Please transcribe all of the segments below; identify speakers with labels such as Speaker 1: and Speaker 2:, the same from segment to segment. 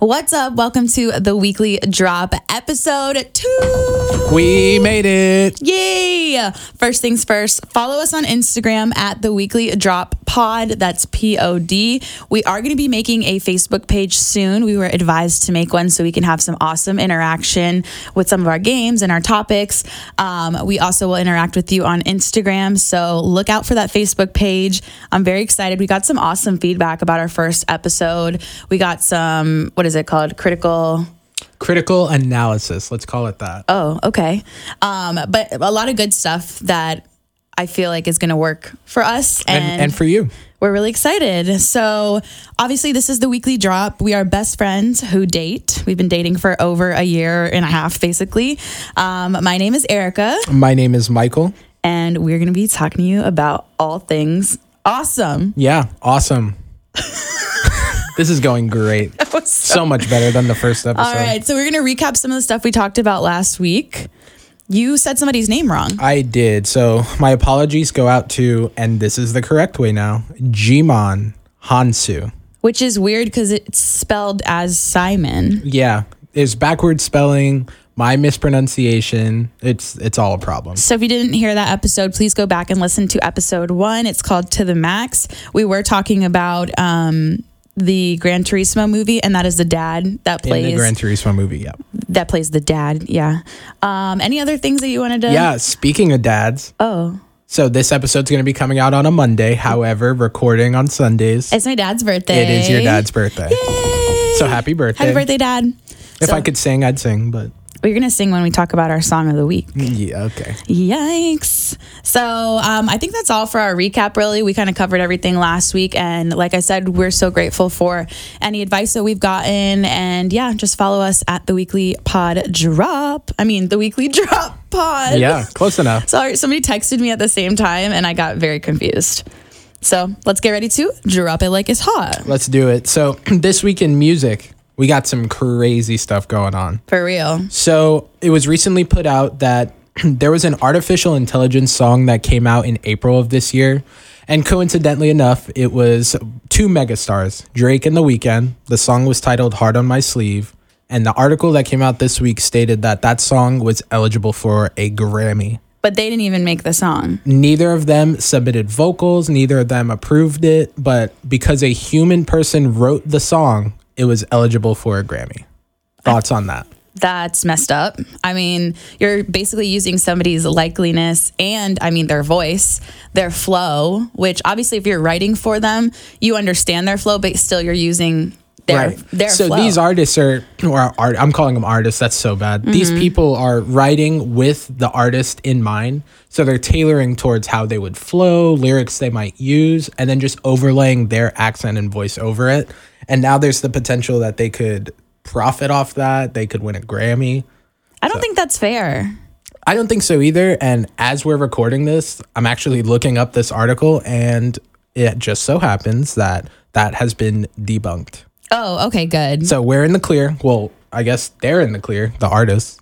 Speaker 1: What's up? Welcome to the weekly drop episode two.
Speaker 2: We made it.
Speaker 1: Yay! First things first, follow us on Instagram at the weekly drop pod. That's P O D. We are going to be making a Facebook page soon. We were advised to make one so we can have some awesome interaction with some of our games and our topics. Um, we also will interact with you on Instagram. So look out for that Facebook page. I'm very excited. We got some awesome feedback about our first episode. We got some, what is it called? Critical.
Speaker 2: Critical analysis. Let's call it that.
Speaker 1: Oh, okay. Um, but a lot of good stuff that I feel like is going to work for us and,
Speaker 2: and, and for you.
Speaker 1: we're really excited. So, obviously, this is the weekly drop. We are best friends who date. We've been dating for over a year and a half, basically. Um, my name is Erica,
Speaker 2: My name is Michael.
Speaker 1: and we're going to be talking to you about all things awesome.
Speaker 2: Yeah, awesome. this is going great. so much better than the first episode.
Speaker 1: All right. So, we're going to recap some of the stuff we talked about last week. You said somebody's name wrong.
Speaker 2: I did. So my apologies go out to, and this is the correct way now, Jimon Hansu.
Speaker 1: Which is weird because it's spelled as Simon.
Speaker 2: Yeah, it's backward spelling, my mispronunciation. It's it's all a problem.
Speaker 1: So if you didn't hear that episode, please go back and listen to episode one. It's called To the Max. We were talking about um, the Gran Turismo movie, and that is the dad that
Speaker 2: In the
Speaker 1: plays
Speaker 2: Gran Turismo movie, yeah.
Speaker 1: that plays the dad. Yeah. Um, any other things that you wanted to?
Speaker 2: Yeah, speaking of dads,
Speaker 1: Oh,
Speaker 2: so this episode's going to be coming out on a Monday. However, recording on Sundays.
Speaker 1: it's my dad's birthday.
Speaker 2: It is your dad's birthday.
Speaker 1: Yay!
Speaker 2: So happy birthday.
Speaker 1: Happy birthday, Dad.
Speaker 2: If
Speaker 1: so,
Speaker 2: I could sing, I'd sing, but
Speaker 1: we're gonna sing when we talk about our song of the week.
Speaker 2: yeah, okay.
Speaker 1: Yikes. So um, I think that's all for our recap, really. We kind of covered everything last week. And like I said, we're so grateful for any advice that we've gotten. And yeah, just follow us at the weekly pod drop. I mean, the weekly drop pod.
Speaker 2: Yeah, close enough.
Speaker 1: Sorry, somebody texted me at the same time and I got very confused. So let's get ready to drop it like it's hot.
Speaker 2: Let's do it. So, this week in music, we got some crazy stuff going on.
Speaker 1: For real.
Speaker 2: So, it was recently put out that there was an artificial intelligence song that came out in April of this year. And coincidentally enough, it was two megastars, Drake and The Weeknd. The song was titled Hard on My Sleeve. And the article that came out this week stated that that song was eligible for a Grammy.
Speaker 1: But they didn't even make the song.
Speaker 2: neither of them submitted vocals, neither of them approved it, but because a human person wrote the song, it was eligible for a Grammy. Thoughts on that?
Speaker 1: that's messed up. I mean, you're basically using somebody's likeliness and I mean their voice, their flow, which obviously if you're writing for them, you understand their flow, but still you're using their their
Speaker 2: So
Speaker 1: flow.
Speaker 2: these artists are, or art, I'm calling them artists. That's so bad. These
Speaker 1: Mm-hmm.
Speaker 2: people are writing with the artist in mind. So they're tailoring towards how they would flow, lyrics they might use, and then just overlaying their accent and voice over it. And now there's the potential that they could profit off that. They could win a Grammy.
Speaker 1: I don't think that's fair.
Speaker 2: I don't think so either. And as we're recording this, I'm actually looking up this article, and it just so happens that that has been debunked.
Speaker 1: Oh, okay, good.
Speaker 2: So we're in the clear. Well, I guess they're in the clear, the artists.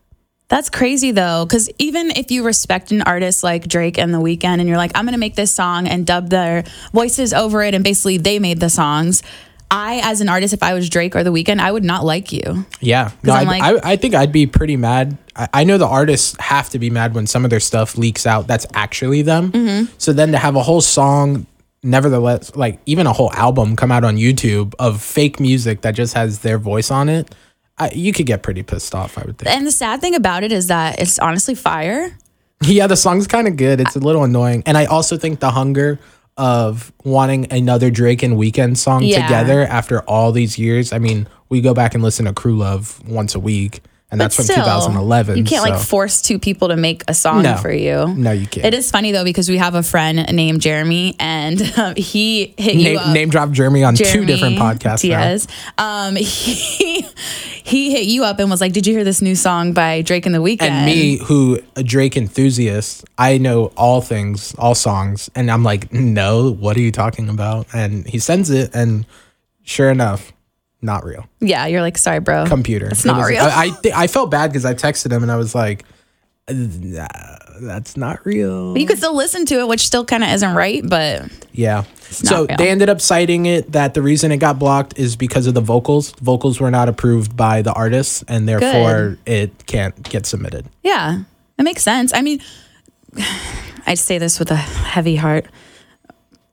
Speaker 1: That's crazy though, because even if you respect an artist like Drake and The Weeknd, and you're like, I'm gonna make this song and dub their voices over it, and basically they made the songs. I, as an artist, if I was Drake or The Weeknd, I would not like you.
Speaker 2: Yeah. No,
Speaker 1: I'm
Speaker 2: I'd-
Speaker 1: like-
Speaker 2: I, I think I'd be pretty mad. I, I know the artists have to be mad when some of their stuff leaks out that's actually them.
Speaker 1: Mm-hmm.
Speaker 2: So then to have a whole song, nevertheless, like even a whole album come out on YouTube of fake music that just has their voice on it, I, you could get pretty pissed off, I would think.
Speaker 1: And the sad thing about it is that it's honestly fire.
Speaker 2: Yeah, the song's kind of good. It's a little annoying. And I also think the hunger of wanting another Drake and Weekend song
Speaker 1: Yeah.
Speaker 2: together after all these years. I mean, we go back and listen to Crew Love once a week, and that's from
Speaker 1: Still,
Speaker 2: 2011.
Speaker 1: You can't like
Speaker 2: so-
Speaker 1: force two people to make a song
Speaker 2: No.
Speaker 1: for you.
Speaker 2: No, you can't.
Speaker 1: It is funny though because we have a friend named Jeremy and um, he hit you
Speaker 2: name,
Speaker 1: up.
Speaker 2: name drop Jeremy on two
Speaker 1: Jeremy
Speaker 2: different podcasts. now.
Speaker 1: Diaz. Um, he he hit you up and was like, "Did you hear this new song by Drake and the Weeknd?"
Speaker 2: And me, who a Drake enthusiast, I know all things, all songs, and I'm like, no, what are you talking about? And he sends it, and sure enough, not real.
Speaker 1: Yeah, you're like, "Sorry, bro."
Speaker 2: computer. It's
Speaker 1: not real.
Speaker 2: I I, thi- I felt bad because I texted him and I was like, that's not real.
Speaker 1: But you could still listen to it, which still kind of isn't right, but
Speaker 2: Yeah.
Speaker 1: not
Speaker 2: So
Speaker 1: real.
Speaker 2: they ended up citing it that the reason it got blocked is because of the vocals. Vocals were not approved by the artists, and therefore it can't get submitted.
Speaker 1: yeah, it makes sense. I mean, I say this with a heavy heart.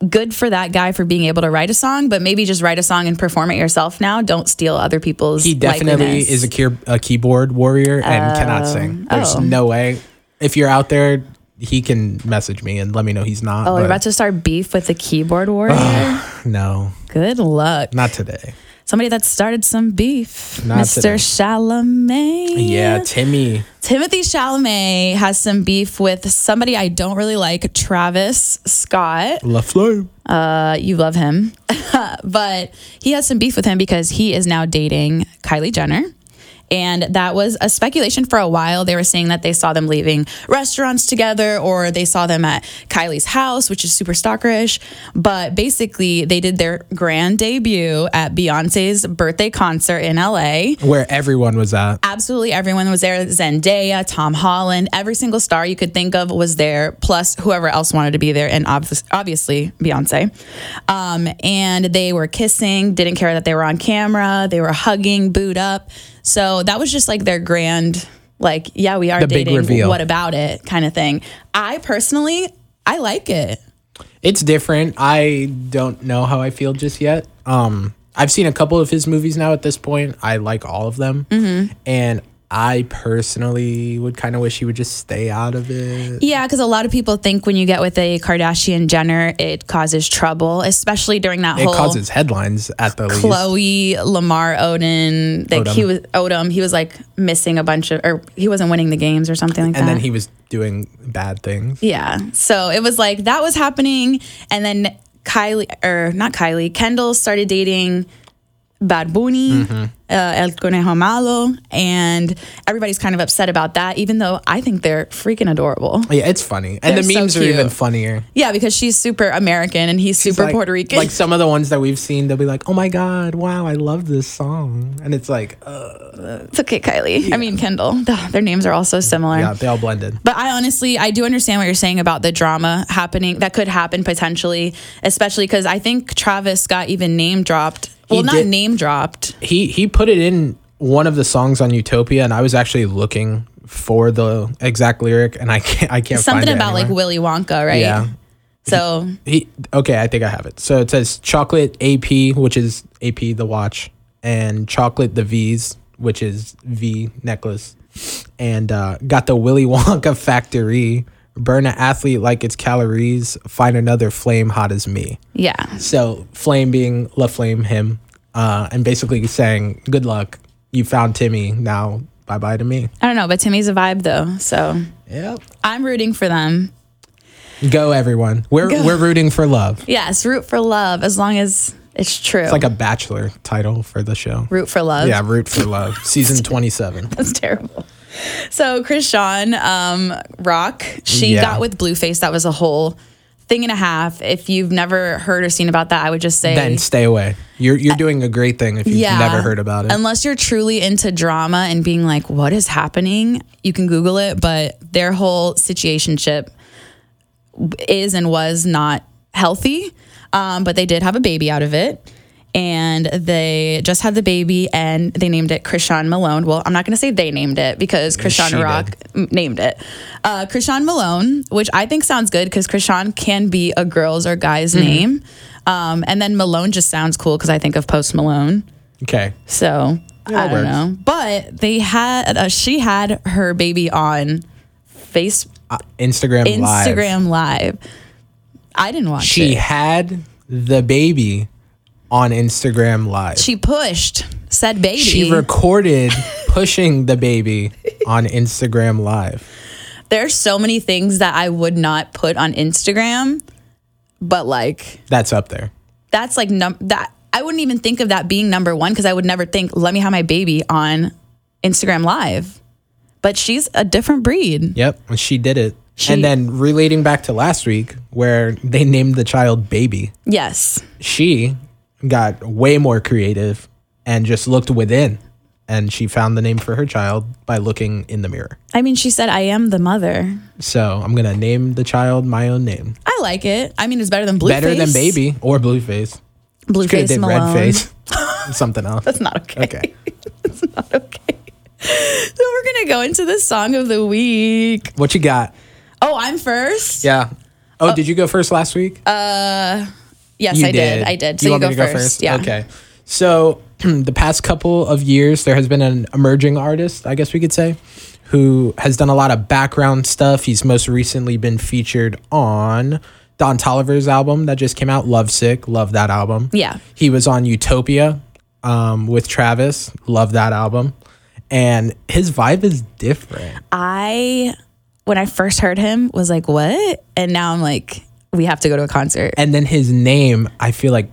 Speaker 1: Good for that guy for being able to write a song, but maybe just write a song and perform it yourself now. Don't steal other people's.
Speaker 2: He definitely
Speaker 1: likeliness.
Speaker 2: is a, key- a keyboard warrior and cannot sing. There's
Speaker 1: oh.
Speaker 2: no way. If you're out there, he can message me and let me know he's not.
Speaker 1: Oh, you're
Speaker 2: but
Speaker 1: about to start beef with the keyboard warrior.
Speaker 2: no,
Speaker 1: Good luck.
Speaker 2: not today.
Speaker 1: Somebody that started some beef,
Speaker 2: Not
Speaker 1: Mr.
Speaker 2: today.
Speaker 1: Chalamet.
Speaker 2: Yeah, Timmy.
Speaker 1: Timothy Chalamet has some beef with somebody I don't really like, Travis Scott.
Speaker 2: La Flame.
Speaker 1: Uh, you love him, but he has some beef with him because he is now dating Kylie Jenner. And that was a speculation for a while. They were saying that they saw them leaving restaurants together or they saw them at Kylie's house, which is super stalkerish. But basically, they did their grand debut at Beyonce's birthday concert in LA
Speaker 2: Where everyone was at.
Speaker 1: absolutely everyone was there. Zendaya, Tom Holland, every single star you could think of was there, plus whoever else wanted to be there, and obvi- obviously Beyonce. Um, and they were kissing, didn't care that they were on camera, they were hugging, booed up. So that was just like their grand, like, yeah, we are
Speaker 2: The big
Speaker 1: dating.
Speaker 2: reveal.
Speaker 1: What about it? Kind of thing. I personally, I like it.
Speaker 2: It's different. I don't know how I feel just yet. Um, I've seen a couple of his movies now at this point. I like all of them.
Speaker 1: Mm-hmm.
Speaker 2: And I personally would kind of wish he would just stay out of it.
Speaker 1: Yeah, because a lot of people think when you get with a Kardashian Jenner, it causes trouble, especially during that
Speaker 2: It
Speaker 1: whole.
Speaker 2: causes headlines at the least.
Speaker 1: Chloe Lamar Odin. Like he
Speaker 2: Odom.
Speaker 1: was Odom. He was like missing a bunch of, or he wasn't winning the games or something like
Speaker 2: And
Speaker 1: that.
Speaker 2: then he was doing bad things.
Speaker 1: yeah. So it was like that was happening, and then Kylie or not Kylie, Kendall started dating Bad Bunny,
Speaker 2: Mm-hmm.
Speaker 1: uh, El Conejo Malo, and everybody's kind of upset about that. Even though I think they're freaking adorable.
Speaker 2: Yeah, it's funny. And
Speaker 1: They're
Speaker 2: the
Speaker 1: so
Speaker 2: memes are
Speaker 1: cute.
Speaker 2: even funnier.
Speaker 1: Yeah, because she's super American and he's super
Speaker 2: Like-
Speaker 1: Puerto Rican.
Speaker 2: Like some of the ones that we've seen, they'll be like, oh my God, wow, I love this song. And it's like, uh,
Speaker 1: it's okay, Kylie. I mean Kendall. Ugh, Their names are all so similar.
Speaker 2: yeah, they all blended.
Speaker 1: But I honestly, I do understand what you're saying about the drama happening that could happen potentially, especially because I think Travis got even name dropped. Well, not
Speaker 2: did.
Speaker 1: name dropped.
Speaker 2: he he put it in one of the songs on Utopia, and I was actually looking for the exact lyric, and I can't I can't
Speaker 1: Something
Speaker 2: find it
Speaker 1: about like
Speaker 2: anywhere.
Speaker 1: Willy Wonka, right?
Speaker 2: yeah.
Speaker 1: So
Speaker 2: He okay, I think I have it. So it says chocolate AP, which is AP the watch, and chocolate the V's, which is V necklace, and uh, got the Willy Wonka factory. Burn an athlete like it's calories. Find another flame hot as me.
Speaker 1: yeah,
Speaker 2: So Flame being La Flame, him, uh, and basically saying, "Good luck, you found Timmy. Now bye bye to me."
Speaker 1: I don't know, but Timmy's a vibe though, so
Speaker 2: Yep.
Speaker 1: I'm rooting for them.
Speaker 2: Go everyone. We're
Speaker 1: Go.
Speaker 2: we're rooting for love. It's
Speaker 1: Yes, root for love as long as it's true.
Speaker 2: like a bachelor title for the show.
Speaker 1: root for love.
Speaker 2: Yeah, root for love, season twenty-seven.
Speaker 1: That's terrible. So Chris Sean um, Rock, she
Speaker 2: Yeah.
Speaker 1: got with Blueface. That was a whole thing and a half. If you've never heard or seen about that, I would just say
Speaker 2: Then stay away. You're you're doing a great thing if you've
Speaker 1: yeah.
Speaker 2: never heard about it.
Speaker 1: Unless you're truly into drama and being like, what is happening? You can Google it, but their whole situationship is and was not healthy. Um, but they did have a baby out of it. And they just had the baby and they named it Krishan Malone. Well, I'm not going to say they named it because
Speaker 2: She
Speaker 1: Krishan
Speaker 2: did.
Speaker 1: Rock m- named it. Uh, Krishan Malone, which I think sounds good because Krishan can be a girl's or guy's
Speaker 2: Mm-hmm.
Speaker 1: name. Um, and then Malone just sounds cool because I think of Post Malone.
Speaker 2: okay.
Speaker 1: So I
Speaker 2: it
Speaker 1: don't
Speaker 2: works.
Speaker 1: know. But they had uh, she had her baby on face
Speaker 2: Uh, Instagram, live.
Speaker 1: Instagram live. I didn't watch
Speaker 2: She
Speaker 1: it.
Speaker 2: had the baby on Instagram live.
Speaker 1: She pushed said baby.
Speaker 2: She recorded pushing the baby on Instagram Live.
Speaker 1: There's so many things that I would not put on Instagram, but like
Speaker 2: That's up there.
Speaker 1: that's like num that I wouldn't even think of that being number one because I would never think let me have my baby on Instagram live. But she's a different breed.
Speaker 2: Yep, and she did it.
Speaker 1: She-
Speaker 2: and then relating back to last week, where they named the child Baby,
Speaker 1: Yes.
Speaker 2: she got way more creative and just looked within and she found the name for her child by looking in the mirror.
Speaker 1: I mean, she said, I am the mother.
Speaker 2: So I'm gonna name the child my own name.
Speaker 1: I like it. I mean, it's better than Blueface.
Speaker 2: Better than baby or blueface. Could have
Speaker 1: Blueface
Speaker 2: did
Speaker 1: Malone.
Speaker 2: red face. Something else.
Speaker 1: That's not okay.
Speaker 2: Okay.
Speaker 1: That's not okay. So we're going to go into the song of the week.
Speaker 2: What you got?
Speaker 1: Oh, I'm first?
Speaker 2: Yeah. Oh, did you go first last week?
Speaker 1: Yes,
Speaker 2: you
Speaker 1: I did. I did. So you,
Speaker 2: want
Speaker 1: go,
Speaker 2: me to
Speaker 1: first. Yeah.
Speaker 2: Okay. So the past couple of years, there has been an emerging artist, I guess we could say, who has done a lot of background stuff. He's most recently been featured on Don Tolliver's album that just came out, Lovesick. Love that album.
Speaker 1: Yeah.
Speaker 2: He was on Utopia um, with Travis. Love that album. And his vibe is different.
Speaker 1: I, when I first heard him, was like, what? And now I'm like, we have to go to a concert.
Speaker 2: and then his name i feel like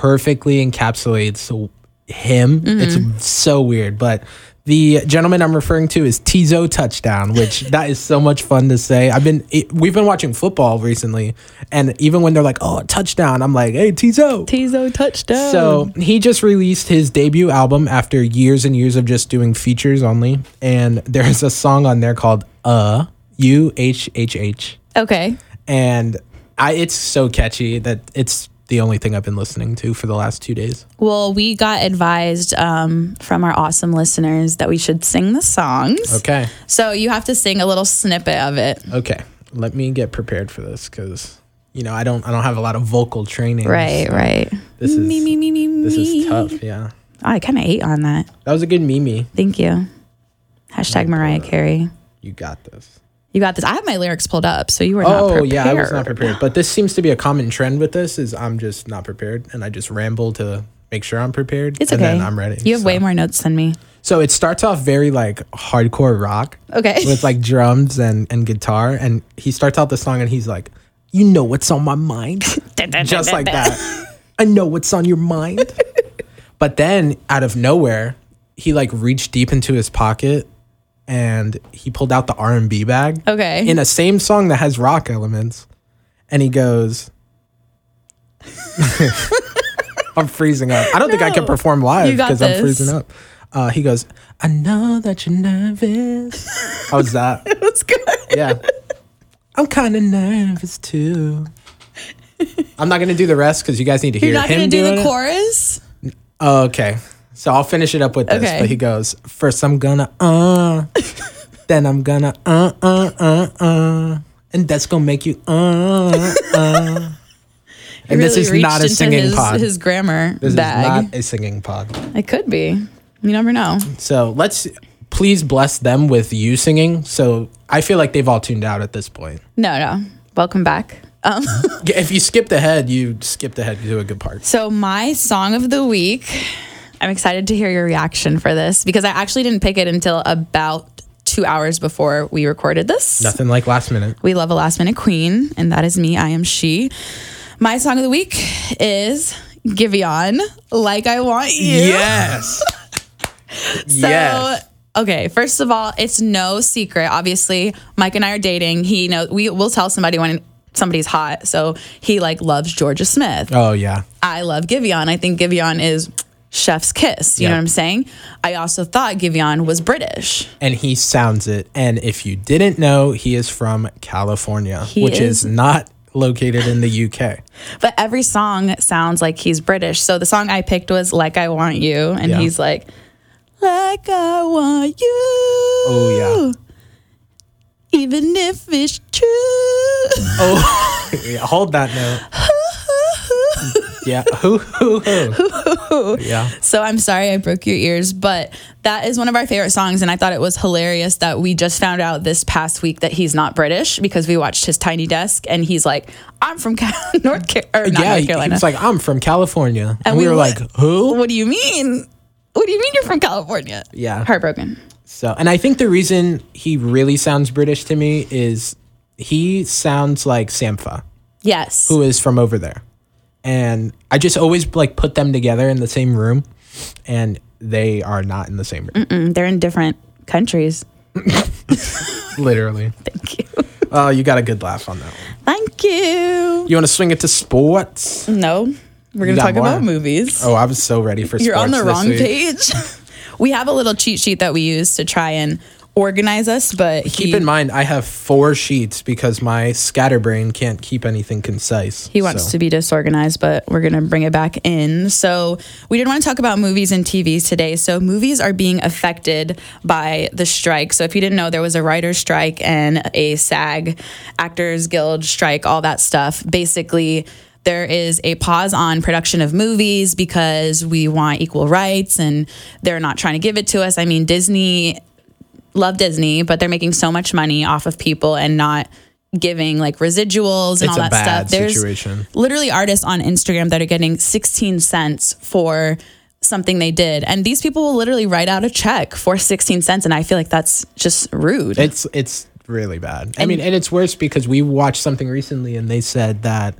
Speaker 2: perfectly encapsulates him it's so weird but the gentleman i'm referring to is tizo touchdown which that is so much fun to say i've been it, we've been watching football recently and even when they're like oh touchdown i'm like hey tizo
Speaker 1: Tizo touchdown.
Speaker 2: so he just released his debut album after years and years of just doing features only and there's a song on there called uh u h h h
Speaker 1: okay.
Speaker 2: and I it's so catchy that it's the only thing I've been listening to for the last two days.
Speaker 1: Well, we got advised um, from our awesome listeners that we should sing the songs.
Speaker 2: Okay,
Speaker 1: So you have to sing a little snippet of it.
Speaker 2: okay. Let me get prepared for this because you know I don't I don't have a lot of vocal training.
Speaker 1: Right, right.
Speaker 2: This is
Speaker 1: me, me, me, me,
Speaker 2: this
Speaker 1: me.
Speaker 2: is tough. Yeah,
Speaker 1: Oh, I kind of ate on that.
Speaker 2: that was a good Mimi.
Speaker 1: Thank you. Hashtag
Speaker 2: uh,
Speaker 1: Mariah Carey.
Speaker 2: You got this.
Speaker 1: You
Speaker 2: you
Speaker 1: got this. I have my lyrics pulled up, so you were not
Speaker 2: Oh
Speaker 1: prepared.
Speaker 2: yeah, I was not prepared. But this seems to be a common trend with this is I'm just not prepared and I just ramble to make sure I'm prepared.
Speaker 1: It's
Speaker 2: and
Speaker 1: okay.
Speaker 2: Then I'm ready.
Speaker 1: You have
Speaker 2: so.
Speaker 1: way more notes than me.
Speaker 2: So it starts off very like hardcore rock.
Speaker 1: Okay.
Speaker 2: with like drums and and guitar and he starts out the song and he's like you know what's on my mind just like that i know what's on your mind but then out of nowhere he like reached deep into his pocket and he pulled out the r&b bag
Speaker 1: Okay.
Speaker 2: in a same song that has rock elements and he goes i'm freezing up i don't think i can
Speaker 1: No.
Speaker 2: perform live
Speaker 1: You got
Speaker 2: because i'm
Speaker 1: this.
Speaker 2: freezing up uh, he goes i know that you're nervous how's that
Speaker 1: That's good.
Speaker 2: yeah. I'm kind of nervous too. I'm not gonna do the rest because you guys need to hear
Speaker 1: You're not
Speaker 2: him
Speaker 1: gonna do
Speaker 2: doing
Speaker 1: the
Speaker 2: it.
Speaker 1: chorus.
Speaker 2: Oh, okay, so I'll finish it up with this.
Speaker 1: Okay.
Speaker 2: But he goes first. I'm gonna uh, then I'm gonna uh uh uh uh, and that's gonna make you uh uh.
Speaker 1: You
Speaker 2: and this
Speaker 1: really
Speaker 2: is
Speaker 1: reached
Speaker 2: not a
Speaker 1: into
Speaker 2: singing
Speaker 1: his,
Speaker 2: pod.
Speaker 1: His grammar
Speaker 2: this
Speaker 1: bag.
Speaker 2: is not a singing pod.
Speaker 1: it could be. You never know.
Speaker 2: So let's please bless them with you singing. So I feel like they've all tuned out at this point.
Speaker 1: No, no. Welcome back. Um,
Speaker 2: If you skipped ahead, you skipped ahead to a good part.
Speaker 1: so my song of the week. I'm excited to hear your reaction for this because I actually didn't pick it until about two hours before we recorded this.
Speaker 2: Nothing like last minute.
Speaker 1: We love a last minute queen, and that is me. I am she. My song of the week is Giveon, Like I Want You.
Speaker 2: Yes.
Speaker 1: So, okay, first of all, it's no secret. Obviously, Mike and I are dating. He knows we will tell somebody when somebody's hot. So he like loves Georgia Smith.
Speaker 2: Oh yeah.
Speaker 1: I love Giveon. I think Giveon is chef's kiss. You
Speaker 2: Yeah.
Speaker 1: know what I'm saying? I also thought Giveon was British.
Speaker 2: And he sounds it. And if you didn't know, he is from California, which
Speaker 1: is-
Speaker 2: is not located in the UK.
Speaker 1: But every song sounds like he's British. So the song I picked was Like I Want You. And
Speaker 2: Yeah.
Speaker 1: he's like, Like I Want You.
Speaker 2: Oh,
Speaker 1: yeah. Even if it's true.
Speaker 2: Oh, yeah, hold that note. yeah. Hoo hoo hoo. yeah.
Speaker 1: so I'm sorry I broke your ears, but that is one of our favorite songs. And I thought it was hilarious that we just found out this past week that he's not British because we watched his tiny desk and he's like, I'm from Ca- North, Car- or not
Speaker 2: Yeah.
Speaker 1: North
Speaker 2: He, he
Speaker 1: Carolina.
Speaker 2: was like, I'm from California. And, we,
Speaker 1: we
Speaker 2: were
Speaker 1: were-
Speaker 2: like, who?
Speaker 1: what do you mean? What do you mean you're from California?
Speaker 2: Yeah.
Speaker 1: Heartbroken.
Speaker 2: So, and I think the reason he really sounds British to me is he sounds like Sampha.
Speaker 1: Yes.
Speaker 2: who is from over there. And I just always like put them together in the same room and they are not in the same room.
Speaker 1: They're in different countries.
Speaker 2: Literally.
Speaker 1: Thank you.
Speaker 2: Oh, you got a good laugh on that one.
Speaker 1: Thank you.
Speaker 2: You want to swing it to sports?
Speaker 1: No, we're going to
Speaker 2: got
Speaker 1: talk
Speaker 2: more?
Speaker 1: about movies.
Speaker 2: Oh, I was so ready for
Speaker 1: You're on the
Speaker 2: sports this
Speaker 1: wrong
Speaker 2: week.
Speaker 1: page. We have a little cheat sheet that we use to try and organize us, but
Speaker 2: Keep
Speaker 1: he,
Speaker 2: in mind, I have four sheets because my scatterbrain can't keep anything concise.
Speaker 1: he wants to be disorganized, but we're going to bring it back in. So, we did want to talk about movies and TVs today. So, movies are being affected by the strike. So, if you didn't know, there was a writer's strike and a SAG Actors Guild strike, all that stuff. Basically, there is a pause on production of movies because we want equal rights and they're not trying to give it to us. I mean, Disney love Disney, but they're making so much money off of people and not giving like residuals and
Speaker 2: It's
Speaker 1: all
Speaker 2: a
Speaker 1: that
Speaker 2: bad
Speaker 1: stuff. There's
Speaker 2: situation.
Speaker 1: literally artists on Instagram that are getting 16 cents for something they did. And these people will literally write out a check for 16 cents. And I feel like that's just rude.
Speaker 2: It's it's really bad. I mean, and it's worse because we watched something recently and they said that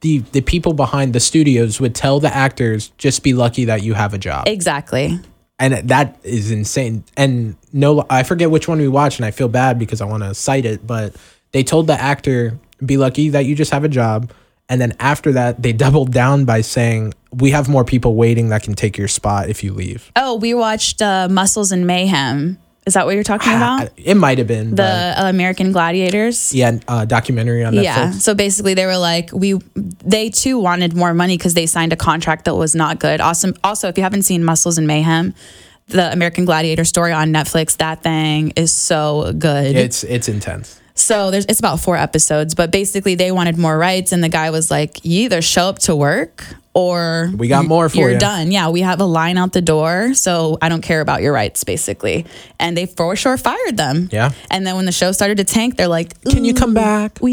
Speaker 2: the the people behind the studios would tell the actors just be lucky that you have a job.
Speaker 1: exactly.
Speaker 2: and that is insane. And no I forget which one we watched and I feel bad because I want to cite it, but they told the actor be lucky that you just have a job. And then after that, they doubled down by saying, "We have more people waiting that can take your spot if you leave."
Speaker 1: Oh, we watched uh, Muscles and Mayhem. Is that what you're
Speaker 2: Ah,
Speaker 1: talking about?
Speaker 2: It might have been
Speaker 1: um, The
Speaker 2: but
Speaker 1: uh, American Gladiators?
Speaker 2: yeah, uh, documentary on Netflix.
Speaker 1: Yeah. So basically, they were like, we they too wanted more money because they signed a contract that was not good. Awesome. Also, if you haven't seen Muscles and Mayhem, the American Gladiator story on Netflix, that thing is so good.
Speaker 2: It's it's intense.
Speaker 1: so there's it's about four episodes, but basically they wanted more rights, and the guy was like, you either show up to work or
Speaker 2: We got more for
Speaker 1: you're
Speaker 2: ya.
Speaker 1: done. Yeah, we have a line out the door, so I don't care about your rights, basically. And they for sure fired them.
Speaker 2: Yeah.
Speaker 1: And then when the show started to tank, they're like,
Speaker 2: Can you come
Speaker 1: "Ooh,
Speaker 2: back?
Speaker 1: Mm, We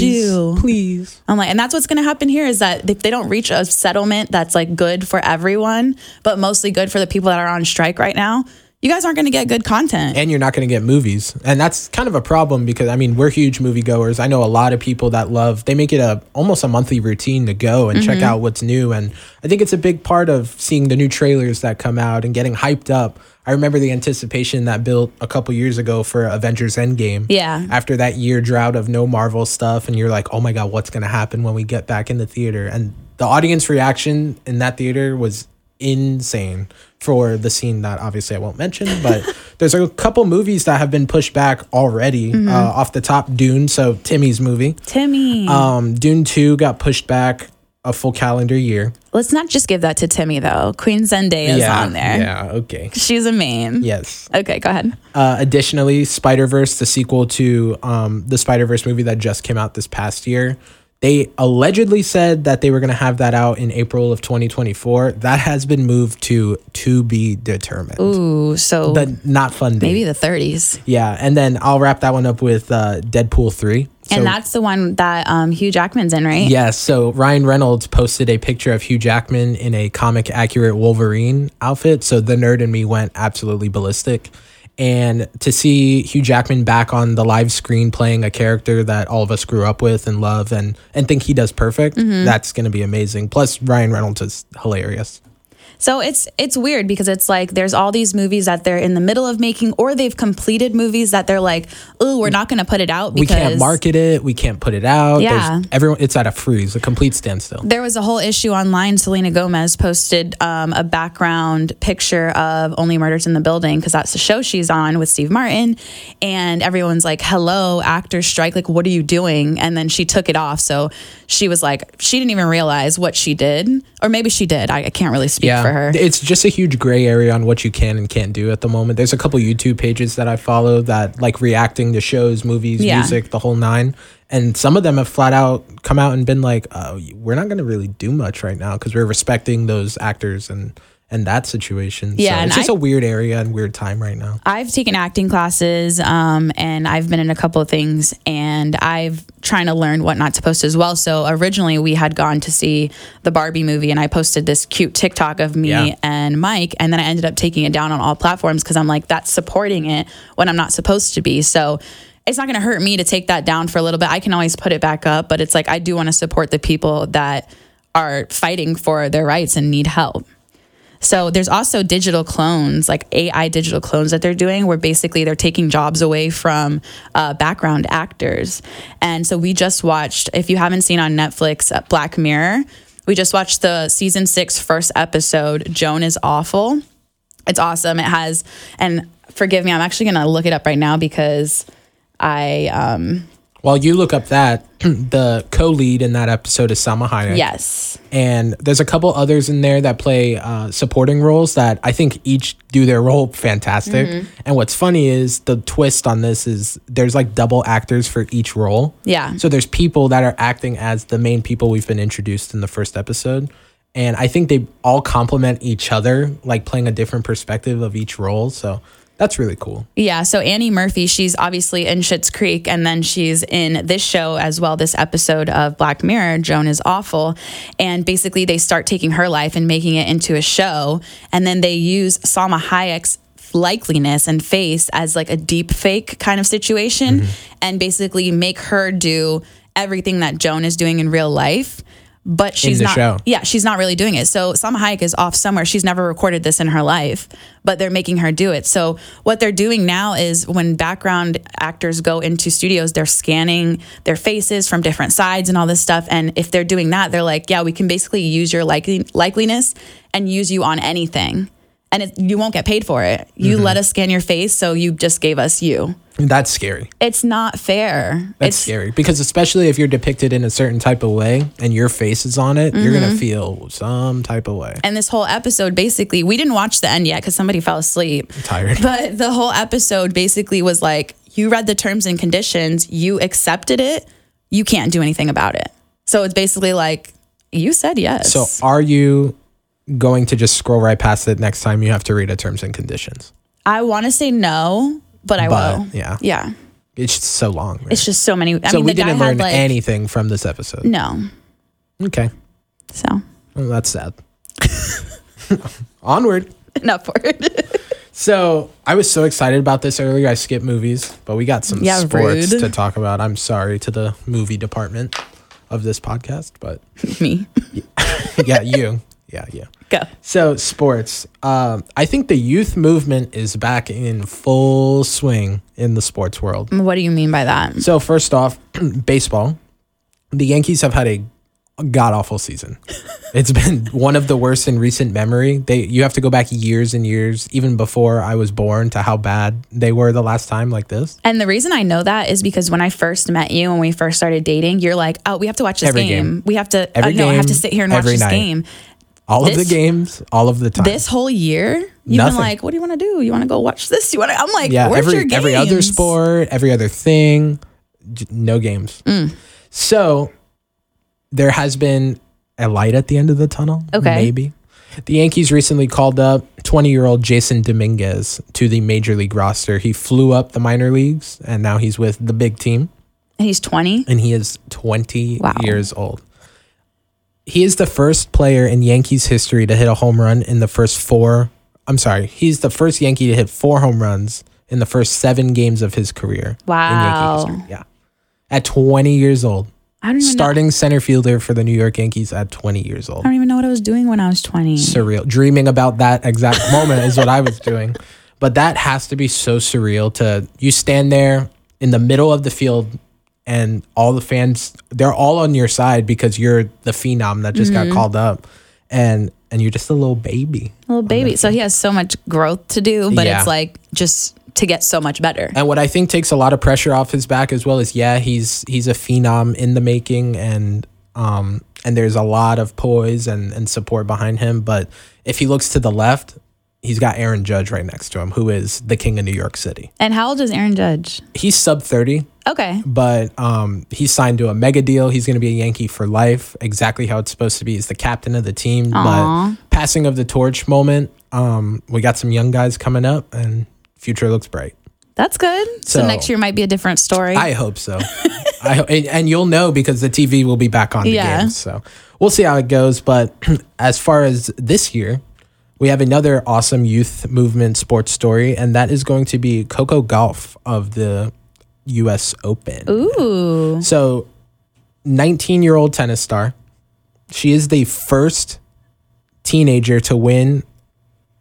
Speaker 1: need you.
Speaker 2: Please.
Speaker 1: I'm like, and that's what's going to happen here is that if they don't reach a settlement that's like good for everyone, but mostly good for the people that are on strike right now, you guys aren't going to get good content.
Speaker 2: And you're not going to get movies. And that's kind of a problem because I mean, we're huge moviegoers. I know a lot of people that love they make it a almost a monthly routine to go and
Speaker 1: Mm-hmm.
Speaker 2: check out what's new and I think it's a big part of seeing the new trailers that come out and getting hyped up. I remember the anticipation that built a couple years ago for Avengers Endgame.
Speaker 1: Yeah.
Speaker 2: After that year drought of no Marvel stuff and you're like, "Oh my god, what's going to happen when we get back in the theater?" And the audience reaction in that theater was insane for the scene that obviously I won't mention, but there's a couple movies that have been pushed back already.
Speaker 1: Mm-hmm.
Speaker 2: Uh, off the top, Dune, so Timmy's movie.
Speaker 1: Timmy,
Speaker 2: Um, Dune 2 got pushed back a full calendar year.
Speaker 1: let's not just give that to Timmy though. Queen Zendaya is on there.
Speaker 2: Yeah, okay.
Speaker 1: She's a main.
Speaker 2: Yes.
Speaker 1: Okay, go ahead.
Speaker 2: Uh, additionally, Spider Verse, the sequel to um, the Spider Verse movie that just came out this past year, they allegedly said that they were going to have that out in April of 2024. That has been moved to to be determined.
Speaker 1: Ooh, so
Speaker 2: But not funded.
Speaker 1: maybe the 30s.
Speaker 2: Yeah, and then I'll wrap that one up with uh, Deadpool three. So,
Speaker 1: and that's the one that um, Hugh Jackman's in, right?
Speaker 2: yeah, so Ryan Reynolds posted a picture of Hugh Jackman in a comic accurate Wolverine outfit. So the nerd in me went absolutely ballistic. And to see Hugh Jackman back on the live screen playing a character that all of us grew up with and love and and think he does perfect,
Speaker 1: Mm-hmm.
Speaker 2: that's gonna be amazing. Plus Ryan Reynolds is hilarious.
Speaker 1: So it's it's weird because it's like there's all these movies that they're in the middle of making or they've completed movies that they're like, "Ooh, we're not going to put it out
Speaker 2: We
Speaker 1: because
Speaker 2: can't market it, we can't put it out. There's-
Speaker 1: Yeah.
Speaker 2: everyone it's at a freeze, a complete standstill.
Speaker 1: There was a whole issue online. Selena Gomez posted um, a background picture of Only Murders in the Building because that's the show she's on with Steve Martin. And everyone's like, hello, actor strike. Like, what are you doing? And then she took it off. So she was like, she didn't even realize what she did. Or maybe she did. I, I can't really speak for her.
Speaker 2: It's just a huge gray area on what you can and can't do at the moment. There's a couple YouTube pages that I follow that like reacting to shows, movies,
Speaker 1: Yeah.
Speaker 2: music, the whole nine. And some of them have flat out come out and been like, oh, we're not going to really do much right now because we're respecting those actors and and that situation.
Speaker 1: Yeah,
Speaker 2: so
Speaker 1: and
Speaker 2: it's just
Speaker 1: I-
Speaker 2: a weird area and weird time right now.
Speaker 1: I've taken acting classes um, and I've been in a couple of things and I've trying to learn what not to post as well. So originally we had gone to see the Barbie movie and I posted this cute TikTok of me
Speaker 2: Yeah.
Speaker 1: and Mike and then I ended up taking it down on all platforms because I'm like that's supporting it when I'm not supposed to be. So it's not going to hurt me to take that down for a little bit. I can always put it back up, but it's like I do want to support the people that are fighting for their rights and need help. So there's also digital clones, like AI digital clones that they're doing, where basically they're taking jobs away from uh, background actors. And so we just watched, if you haven't seen on Netflix, uh, Black Mirror, we just watched the season six first episode, Joan is Awful. It's awesome. It has, and forgive me, I'm actually going to look it up right now because I, um,
Speaker 2: While you look up that, the co lead in that episode is Salma Hayek.
Speaker 1: yes,
Speaker 2: And there's a couple others in there that play uh, supporting roles that I think each do their role fantastic.
Speaker 1: Mm-hmm.
Speaker 2: And what's funny is the twist on this is there's like double actors for each role.
Speaker 1: Yeah.
Speaker 2: So there's people that are acting as the main people we've been introduced in the first episode. And I think they all complement each other, like playing a different perspective of each role. So that's really cool.
Speaker 1: Yeah, so Annie Murphy, she's obviously in Schitt's Creek, and then she's in this show as well, this episode of Black Mirror, Joan is Awful. And basically, they start taking her life and making it into a show, and then they use Salma Hayek's likeliness and face as like a deep fake kind of situation,
Speaker 2: Mm-hmm.
Speaker 1: and basically make her do everything that Joan is doing in real life. But she's
Speaker 2: the
Speaker 1: not
Speaker 2: show.
Speaker 1: yeah, she's not really doing it. So Salma Hayek is off somewhere. She's never recorded this in her life, but they're making her do it. So what they're doing now is when background actors go into studios, they're scanning their faces from different sides and all this stuff. And if they're doing that, they're like, yeah, we can basically use your likely- likeliness and use you on anything. And it, you won't get paid for it. You let us scan your face, so you just gave us you.
Speaker 2: That's scary.
Speaker 1: It's not fair.
Speaker 2: That's
Speaker 1: it's
Speaker 2: scary because especially if you're depicted in a certain type of way and your face is on it, you're
Speaker 1: Mm-hmm.
Speaker 2: gonna feel some type of way.
Speaker 1: and this whole episode basically we didn't watch the end yet because somebody fell asleep
Speaker 2: tired.
Speaker 1: but the whole episode basically was like you read the terms and conditions you accepted it you can't do anything about it so it's basically like you said yes
Speaker 2: So are you going to just scroll right past it next time you have to read a terms and conditions?
Speaker 1: i want to say no but i
Speaker 2: But,
Speaker 1: will
Speaker 2: yeah.
Speaker 1: yeah
Speaker 2: It's just so long. right?
Speaker 1: it's just so many i
Speaker 2: so
Speaker 1: mean
Speaker 2: we
Speaker 1: the
Speaker 2: didn't
Speaker 1: guy had
Speaker 2: learn
Speaker 1: like
Speaker 2: anything from this episode.
Speaker 1: no
Speaker 2: Okay.
Speaker 1: so
Speaker 2: Well, that's sad. Onward.
Speaker 1: enough for it
Speaker 2: So I was so excited about this earlier. I skipped movies, but we got some
Speaker 1: Yeah,
Speaker 2: sports
Speaker 1: rude.
Speaker 2: to talk about. I'm sorry to the movie department of this podcast, but
Speaker 1: me
Speaker 2: yeah, you. Yeah, yeah.
Speaker 1: go
Speaker 2: So sports. Um, I think the youth movement is back in full swing in the sports world.
Speaker 1: what do you mean by that
Speaker 2: So first off, baseball. The Yankees have had a god awful season. It's been one of the worst in recent memory. They you have to go back years and years, even before I was born, to how bad they were the last time like this.
Speaker 1: And the reason I know that is because when I first met you and we first started dating, you're like, "Oh, we have to watch this
Speaker 2: Every
Speaker 1: game.
Speaker 2: game.
Speaker 1: We have to.
Speaker 2: Every
Speaker 1: uh, no, I have to
Speaker 2: game,
Speaker 1: sit here and watch
Speaker 2: every
Speaker 1: this
Speaker 2: night.
Speaker 1: game."
Speaker 2: All of
Speaker 1: This-
Speaker 2: the games, all of the time.
Speaker 1: This whole year, you've
Speaker 2: Nothing.
Speaker 1: been like, "What do you want to do? You want to go watch this? You want to?" I'm like,
Speaker 2: yeah,
Speaker 1: "Where's
Speaker 2: every
Speaker 1: your games?
Speaker 2: every other sport, every other thing, j- no games.
Speaker 1: Mm.
Speaker 2: So there has been a light at the end of the tunnel.
Speaker 1: Okay.
Speaker 2: maybe the Yankees recently called up 20 year old Jason Dominguez to the major league roster. He flew up the minor leagues, and now he's with the big team,
Speaker 1: And he's 20.
Speaker 2: and he is 20
Speaker 1: Wow.
Speaker 2: years old. He is the first player in Yankees history to hit a home run in the first four. I'm sorry, he's the first Yankee to hit four home runs in the first seven games of his career.
Speaker 1: Wow.
Speaker 2: In Yankee history. Yeah. At 20 years old,
Speaker 1: I don't even know.
Speaker 2: starting center fielder for the New York Yankees at 20 years old
Speaker 1: I don't even know what I was doing when I was 20.
Speaker 2: surreal. Dreaming about that exact moment is what I was doing. But that has to be so surreal to you stand there in the middle of the field and all the fans they're all on your side because you're the phenom that just got called up and and you're just a little baby.
Speaker 1: Little baby. So he has so much growth to do, but
Speaker 2: Yeah. Uh,
Speaker 1: it's like just to get so much better.
Speaker 2: And what I think takes a lot of pressure off his back as well is yeah, he's he's a phenom in the making and um and there's a lot of poise and, and support behind him. But if he looks to the left, he's got Aaron Judge right next to him, who is the king of New York City.
Speaker 1: And how old is Aaron Judge?
Speaker 2: He's sub thirty,
Speaker 1: Okay.
Speaker 2: but um he's signed to a mega deal. He's gonna be a Yankee for life, exactly how it's supposed to be. He's the captain of the team.
Speaker 1: Aw.
Speaker 2: But passing of the torch moment, um, we got some young guys coming up and future looks bright.
Speaker 1: That's good. So,
Speaker 2: So-
Speaker 1: next year might be a different story.
Speaker 2: I hope so. I ho- and, and you'll know because the TV will be back on the
Speaker 1: Yeah.
Speaker 2: games. So we'll see how it goes. But as far as this year, we have another awesome youth movement sports story, and that is going to be Coco Golf of the U.S. Open.
Speaker 1: Ooh.
Speaker 2: So, 19 year old tennis star. She is the first teenager to win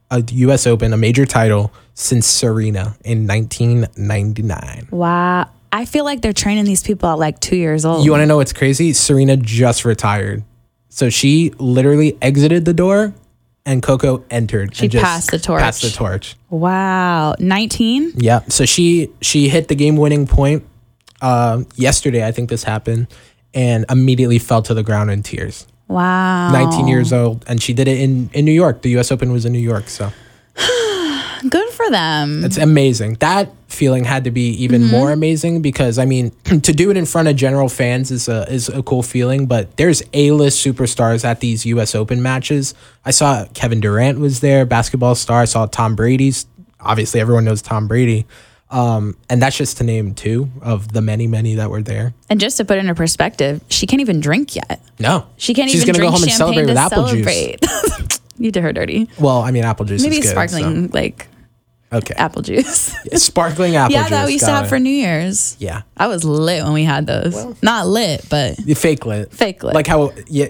Speaker 2: a U.S. Open, a major title, since Serena in 1999.
Speaker 1: Wow. I feel like they're training these people at like two years old.
Speaker 2: You want to know what's crazy? Serena just retired. So she literally exited the door and Coco entered.
Speaker 1: She
Speaker 2: and just
Speaker 1: passed the torch.
Speaker 2: Passed the torch.
Speaker 1: Wow. 19?
Speaker 2: Yeah. So she she hit the game winning point uh, yesterday. I think this happened, and immediately fell to the ground in tears.
Speaker 1: Wow.
Speaker 2: 19 years old, and she did it in in New York. The U.S. Open was in New York, so
Speaker 1: Good for them.
Speaker 2: it's amazing. That feeling had to be even
Speaker 1: Mm-hmm.
Speaker 2: more amazing because I mean, to do it in front of general fans is a is a cool feeling, but there's A-list superstars at these US Open matches. I saw Kevin Durant was there, basketball star. I saw Tom Brady's. Obviously, everyone knows Tom Brady. Um, and that's just to name two of the many, many that were there.
Speaker 1: and just to put into perspective, she can't even drink yet.
Speaker 2: No,
Speaker 1: She can't
Speaker 2: She's
Speaker 1: even
Speaker 2: gonna
Speaker 1: drink
Speaker 2: go home and
Speaker 1: champagne
Speaker 2: celebrate with
Speaker 1: to
Speaker 2: apple juice.
Speaker 1: celebrate. you did her dirty.
Speaker 2: Well, I mean, apple juice.
Speaker 1: Maybe
Speaker 2: is good,
Speaker 1: sparkling like
Speaker 2: So. Okay,
Speaker 1: apple juice.
Speaker 2: sparkling apple
Speaker 1: yeah,
Speaker 2: juice.
Speaker 1: that we used to
Speaker 2: got
Speaker 1: have
Speaker 2: it.
Speaker 1: for New Year's.
Speaker 2: yeah,
Speaker 1: I was lit when we had those. Not lit, but
Speaker 2: fake lit.
Speaker 1: Fake lit.
Speaker 2: Like how yeah,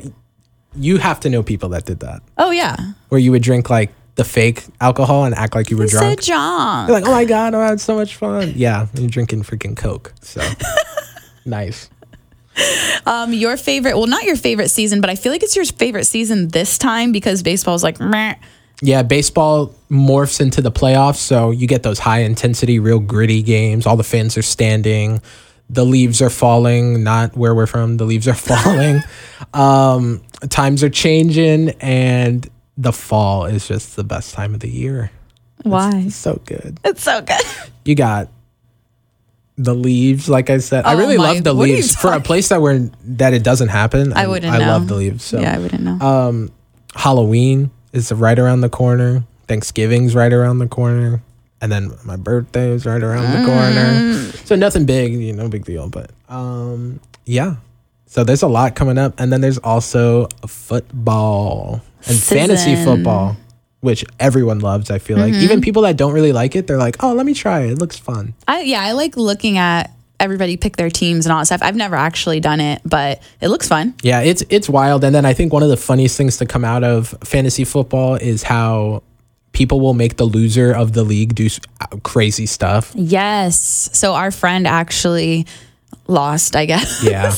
Speaker 2: you have to know people that did that.
Speaker 1: oh yeah.
Speaker 2: where you would drink like the fake alcohol and act like you were drunk.
Speaker 1: Sit John.
Speaker 2: You're like, oh my god, I had so much fun. Yeah, and you're drinking freaking Coke. So nice.
Speaker 1: Um, your favorite, well, not your favorite season, but I feel like it's your favorite season this time because baseball's like, meh.
Speaker 2: Yeah, baseball morphs into the playoffs, so you get those high intensity, real gritty games. All the fans are standing. The leaves are falling, not where we're from. The leaves are falling. um, times are changing, and the fall is just the best time of the year.
Speaker 1: Why?
Speaker 2: So good.
Speaker 1: It's so good.
Speaker 2: you got the leaves like i said i
Speaker 1: Oh
Speaker 2: really
Speaker 1: my-
Speaker 2: love the
Speaker 1: what are you
Speaker 2: leaves for a place that where that it doesn't happen
Speaker 1: I wouldn't
Speaker 2: i
Speaker 1: know.
Speaker 2: love the leaves so
Speaker 1: Yeah, I wouldn't know.
Speaker 2: halloween is right around the corner thanksgiving's right around the corner and then my birthday is right around the corner so nothing big you know big deal but um yeah so there's a lot coming up and then there's also football and fantasy
Speaker 1: Season.
Speaker 2: football which everyone loves i feel like even people that don't really like it they're like oh let me try it it looks fun
Speaker 1: I, yeah, I like looking at everybody pick their teams and all that stuff. I've never actually done it, but it looks fun.
Speaker 2: Yeah, it's it's wild. And then I think one of the funniest things to come out of fantasy football is how people will make the loser of the league do s- uh, crazy stuff.
Speaker 1: Yes. So our friend actually lost, I guess.
Speaker 2: Yeah.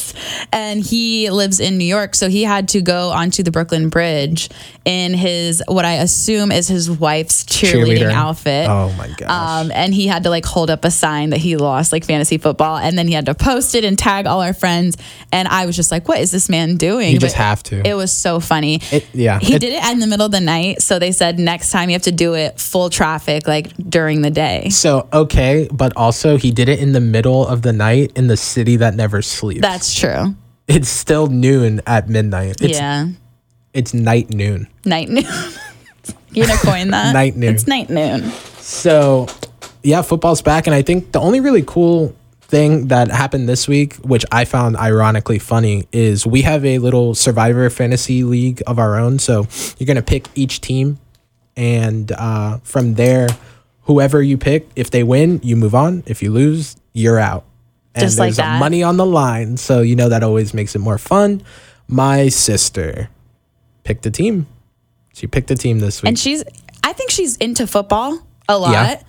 Speaker 1: and he lives in New York, so he had to go onto the Brooklyn Bridge in his what I assume is his wife's cheerleading
Speaker 2: Cheerleader.
Speaker 1: outfit.
Speaker 2: Oh my gosh.
Speaker 1: Um, and he had to like hold up a sign that he lost like fantasy football, and then he had to post it and tag all our friends. And I was just like, "What is this man doing?"
Speaker 2: you just have to.
Speaker 1: It was so funny.
Speaker 2: It- yeah.
Speaker 1: he
Speaker 2: It-
Speaker 1: did it in the middle of the night, so they said next time you have to do it full traffic, like during the day.
Speaker 2: so okay, but also he did it in the middle of the night in the city that never sleeps.
Speaker 1: That's true.
Speaker 2: it's still noon at midnight. It's
Speaker 1: yeah,
Speaker 2: it's night noon.
Speaker 1: night noon. You're gonna coin that
Speaker 2: Night noon.
Speaker 1: It's night noon.
Speaker 2: So, yeah, football's back. And I think the only really cool thing that happened this week, which I found ironically funny, is we have a little survivor fantasy league of our own. So, you're going to pick each team. And uh, from there, whoever you pick, if they win, you move on. If you lose, you're out. And
Speaker 1: Just like
Speaker 2: there's
Speaker 1: that.
Speaker 2: a money on the line. So, you know, that always makes it more fun. My sister picked a team. She picked a team this week.
Speaker 1: And she's, I think she's into football a lot,
Speaker 2: Yeah.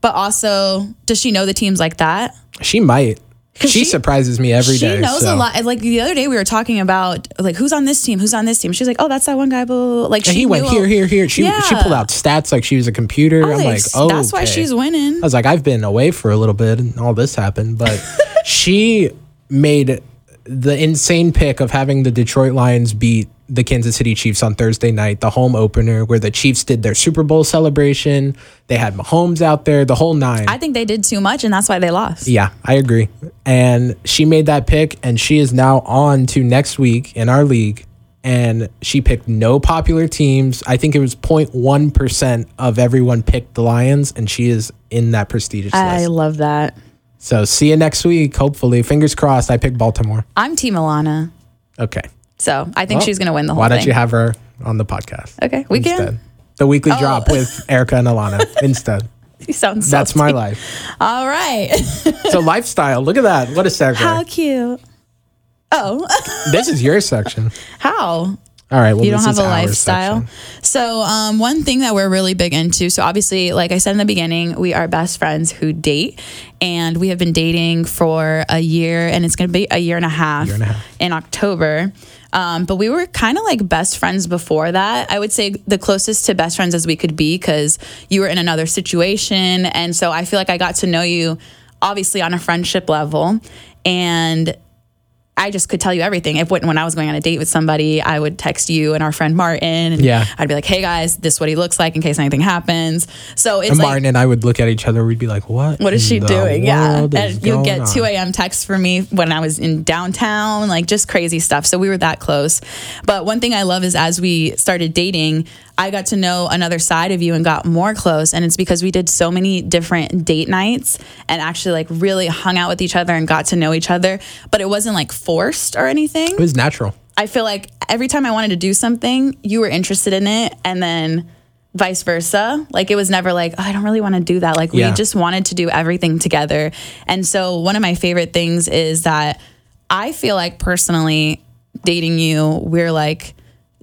Speaker 1: but also, does she know the teams like that?
Speaker 2: She might. She,
Speaker 1: she-
Speaker 2: surprises me every
Speaker 1: she
Speaker 2: day.
Speaker 1: knows a
Speaker 2: so.
Speaker 1: lot. And, Like the other day, we were talking about like who's on this team, who's on this team. She's like, oh, that's that one guy. Blah, blah, blah. Like
Speaker 2: And
Speaker 1: she
Speaker 2: he went
Speaker 1: knew
Speaker 2: here,
Speaker 1: a-
Speaker 2: here, here. She she
Speaker 1: Yeah.
Speaker 2: pulled out stats like she was a computer. I'm like,
Speaker 1: Alex,
Speaker 2: oh,
Speaker 1: that's why she's winning.
Speaker 2: I was like, I've been away for a little bit, and all this happened, but she made the insane pick of having the Detroit Lions beat the Kansas City Chiefs on Thursday night, the home opener, where the Chiefs did their Super Bowl celebration. They had Mahomes out there, the whole nine.
Speaker 1: I think they did too much, and that's why they lost.
Speaker 2: Yeah, I agree. And she made that pick, and she is now on to next week in our league. And she picked no popular teams. I think it was 0.1% of everyone picked the Lions, and she is in that prestigious
Speaker 1: I
Speaker 2: list.
Speaker 1: love that.
Speaker 2: So see you next week, hopefully. Fingers crossed, I picked Baltimore.
Speaker 1: I'm Team Alana,
Speaker 2: Okay.
Speaker 1: so I think
Speaker 2: Well,
Speaker 1: she's gonna win the whole
Speaker 2: Why
Speaker 1: thing.
Speaker 2: don't you have her on the podcast?
Speaker 1: okay, we can. Oh.
Speaker 2: Instead. The weekly drop with Erica and Alana instead.
Speaker 1: You sound so.
Speaker 2: That's my life.
Speaker 1: All right.
Speaker 2: So lifestyle. Look at that. What a segue.
Speaker 1: How cute. Oh,
Speaker 2: this is your section.
Speaker 1: how?
Speaker 2: All right. Well,
Speaker 1: you don't
Speaker 2: this
Speaker 1: have
Speaker 2: is
Speaker 1: a
Speaker 2: our
Speaker 1: lifestyle.
Speaker 2: section.
Speaker 1: So, um, one thing that we're really big into. So, obviously, like I said in the beginning, we are best friends who date, and we have been dating for a year, and it's going to be a year and a half,
Speaker 2: and a half.
Speaker 1: in October. Um, but we were kind of like best friends before that. I would say the closest to best friends as we could be because you were in another situation. And so I feel like I got to know you obviously on a friendship level. And I just could tell you everything. If when when I was going on a date with somebody, I would text you and our friend Martin. And
Speaker 2: Yeah.
Speaker 1: I'd be like, "Hey guys, this is what he looks like in case anything happens." So it's
Speaker 2: And
Speaker 1: like,
Speaker 2: Martin and I would look at each other. We'd be like, "What?
Speaker 1: what is
Speaker 2: in
Speaker 1: she
Speaker 2: the
Speaker 1: doing? Yeah.
Speaker 2: world is
Speaker 1: And you'll get
Speaker 2: going on?
Speaker 1: 2 a.m. texts from me when I was in downtown, like just crazy stuff. So we were that close. But one thing I love is as we started dating, I got to know another side of you and got more close. And it's because we did so many different date nights and actually like really hung out with each other and got to know each other. But it wasn't like forced or anything.
Speaker 2: It was natural.
Speaker 1: I feel like every time I wanted to do something, you were interested in it, and then vice versa. Like it was never like, oh, I don't really want to do that. Like
Speaker 2: Yeah.
Speaker 1: we just wanted to do everything together. And so one of my favorite things is that I feel like personally dating you, we're like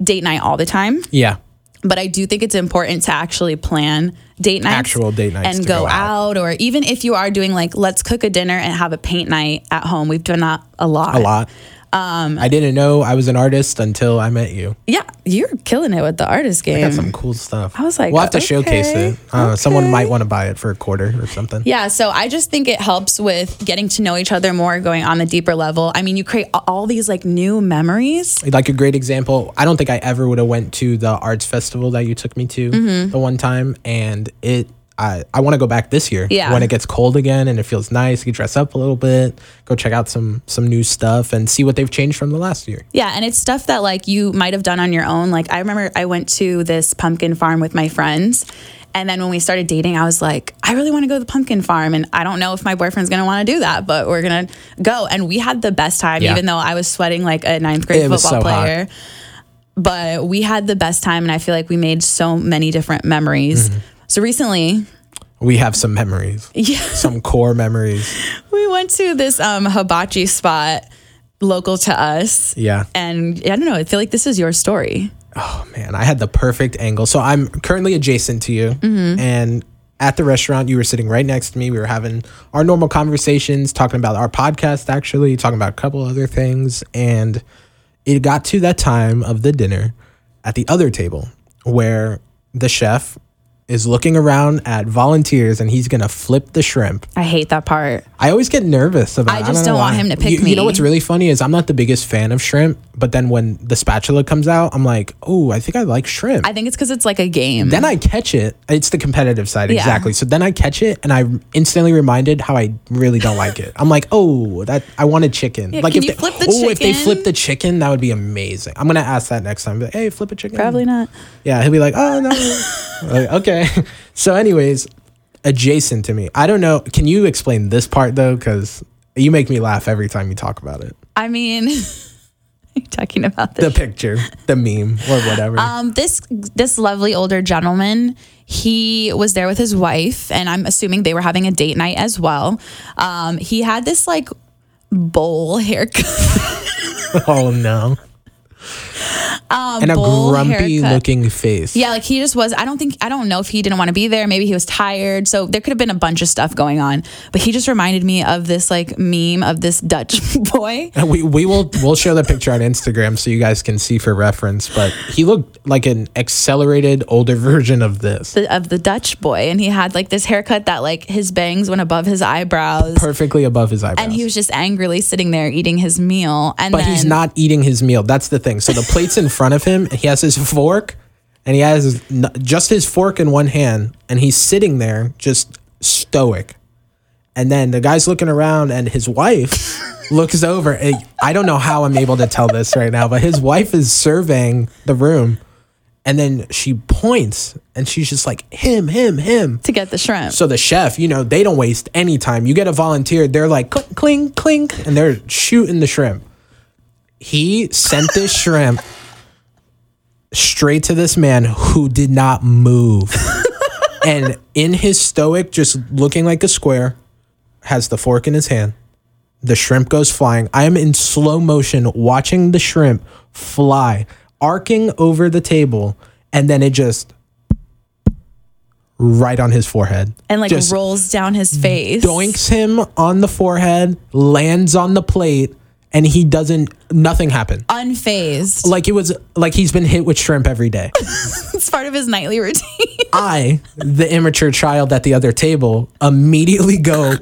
Speaker 1: date night all the time
Speaker 2: Yeah.
Speaker 1: but I do think it's important to actually plan date nights,
Speaker 2: Actual date nights
Speaker 1: and
Speaker 2: to
Speaker 1: go,
Speaker 2: go
Speaker 1: out.
Speaker 2: out.
Speaker 1: or even if you are doing like let's cook a dinner and have a paint night at home. We've done that a lot.
Speaker 2: A lot. Um, I didn't know I was an artist until I met you.
Speaker 1: Yeah, you're killing it with the artist game.
Speaker 2: I got some cool stuff. I
Speaker 1: was like,
Speaker 2: we'll have to showcase
Speaker 1: okay,
Speaker 2: it. Uh, Someone
Speaker 1: okay.
Speaker 2: might want to buy it for a quarter or something.
Speaker 1: Yeah, so I just think it helps with getting to know each other more, going on the deeper level. I mean, you create a- all these like new memories.
Speaker 2: like a great example i don't think i ever would have went to the arts festival that you took me to
Speaker 1: Mm-hmm.
Speaker 2: the one time and it i, I want to go back this year
Speaker 1: Yeah.
Speaker 2: when it gets cold again and it feels nice you dress up a little bit go check out some some new stuff and see what they've changed from the last year
Speaker 1: Yeah, and it's stuff that like you might have done on your own. Like I remember I went to this pumpkin farm with my friends. And then when we started dating, I was like, I really want to go to the pumpkin farm. And I don't know if my boyfriend's going to want to do that, but we're going to go. And we had the best time,
Speaker 2: Yeah.
Speaker 1: even though I was sweating like a ninth grade
Speaker 2: It
Speaker 1: football
Speaker 2: was so hot.
Speaker 1: player. But we had the best time. And I feel like we made so many different memories.
Speaker 2: Mm-hmm.
Speaker 1: So recently,
Speaker 2: we have some memories
Speaker 1: yeah.
Speaker 2: some core memories
Speaker 1: we went to this um, hibachi spot local to us.
Speaker 2: yeah
Speaker 1: And I don't know, I feel like this is your story.
Speaker 2: oh man i had the perfect angle so i'm currently adjacent to you
Speaker 1: Mm-hmm.
Speaker 2: and at the restaurant you were sitting right next to me we were having our normal conversations talking about our podcast actually talking about a couple other things and it got to that time of the dinner at the other table where the chef is looking around at volunteers and he's gonna flip the shrimp
Speaker 1: I hate that part.
Speaker 2: I always get nervous about.
Speaker 1: I
Speaker 2: it.
Speaker 1: just
Speaker 2: know
Speaker 1: don't want
Speaker 2: why.
Speaker 1: him to pick
Speaker 2: you, You know
Speaker 1: me.
Speaker 2: what's really funny is I'm not the biggest fan of shrimp, but then when the spatula comes out, I'm like, oh, I think I like shrimp.
Speaker 1: I think it's because it's like a game.
Speaker 2: then I catch it. It's the competitive side
Speaker 1: Yeah.
Speaker 2: exactly. So then I catch it, and I instantly reminded how I really don't like it. I'm like, oh, that I wanted chicken. like
Speaker 1: can
Speaker 2: if
Speaker 1: you
Speaker 2: they,
Speaker 1: flip the
Speaker 2: oh, if they
Speaker 1: chicken?
Speaker 2: flip the chicken, that would be amazing. I'm gonna ask that next time. Be Like, hey, flip a chicken.
Speaker 1: Probably not.
Speaker 2: Yeah, he'll be like, oh no. Like, okay. So, anyways, adjacent to me. I don't know. Can you explain this part though? Because you make me laugh every time you talk about it.
Speaker 1: I mean, you're talking about
Speaker 2: The
Speaker 1: this.
Speaker 2: picture, the meme, or whatever.
Speaker 1: um, this this lovely older gentleman, he was there with his wife, and I'm assuming they were having a date night as well. Um, he had this like bowl haircut,
Speaker 2: oh no. and a
Speaker 1: um, bowl
Speaker 2: grumpy
Speaker 1: haircut.
Speaker 2: looking face.
Speaker 1: Yeah, like he just was. I don't think I don't know if he didn't want to be there. Maybe he was tired. So there could have been a bunch of stuff going on. But he just reminded me of this like meme of this Dutch boy.
Speaker 2: And We, we will we'll show the picture on Instagram so you guys can see for reference. But he looked like an accelerated older version of this.
Speaker 1: the, of the Dutch boy, and he had like this haircut that like his bangs went above his eyebrows,
Speaker 2: Perfectly above his eyebrows.
Speaker 1: and he was just angrily sitting there eating his meal. And
Speaker 2: but
Speaker 1: then,
Speaker 2: he's not eating his meal. That's the thing. So the plate's in front of him. He has his fork, and he has his- n- just his fork in one hand, and he's sitting there just stoic. And then the guy's looking around, and his wife looks over. and I don't know how I'm able to tell this right now, but his wife is surveying the room, and then she points, and she's just like him, him, him.
Speaker 1: to get the shrimp.
Speaker 2: So the chef, you know, they don't waste any time. You get a volunteer, they're like clink, clink, clink, and they're shooting the shrimp. He sent this shrimp straight to this man who did not move. and in his stoic, just looking like a square, has the fork in his hand. The shrimp goes flying. I am in slow motion watching the shrimp fly, arcing over the table, and then it just right on his forehead.
Speaker 1: and like
Speaker 2: just
Speaker 1: Mm. rolls down his face.
Speaker 2: doinks him on the forehead, lands on the plate, and he doesn't nothing happened.
Speaker 1: Unfazed.
Speaker 2: Like it was like he's been hit with shrimp every day.
Speaker 1: It's part of his nightly routine.
Speaker 2: I, the immature child at the other table, immediately go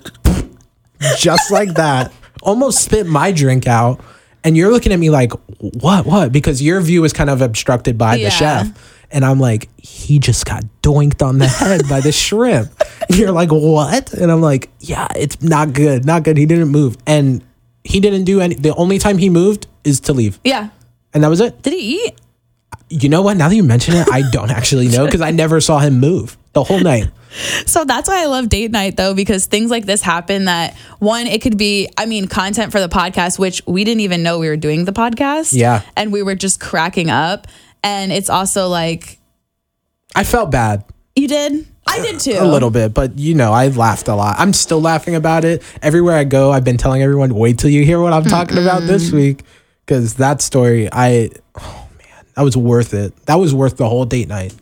Speaker 2: just like that, almost spit my drink out. And you're looking at me like, what, what? Because your view is kind of obstructed by
Speaker 1: Yeah.
Speaker 2: the chef. And I'm like, he just got doinked on the head by the shrimp. And you're like, what? And I'm like, yeah, it's not good, not good. He didn't move. And he didn't do any, the only time he moved is to leave.
Speaker 1: yeah.
Speaker 2: And that was it.
Speaker 1: Did he eat?
Speaker 2: You know what? Now that you mention it, I don't actually know because I never saw him move the whole night.
Speaker 1: So that's why I love date night though, because things like this happen that one, it could be, I mean, content for the podcast, which we didn't even know we were doing the podcast.
Speaker 2: Yeah.
Speaker 1: And we were just cracking up. And it's also like,
Speaker 2: I felt bad
Speaker 1: you did? I did too.
Speaker 2: a little bit, but you know, I laughed a lot. I'm still laughing about it. Everywhere I go, I've been telling everyone, wait till you hear what I'm talking about this week. Cause that story, I, oh man, that was worth it. That was worth the whole date night.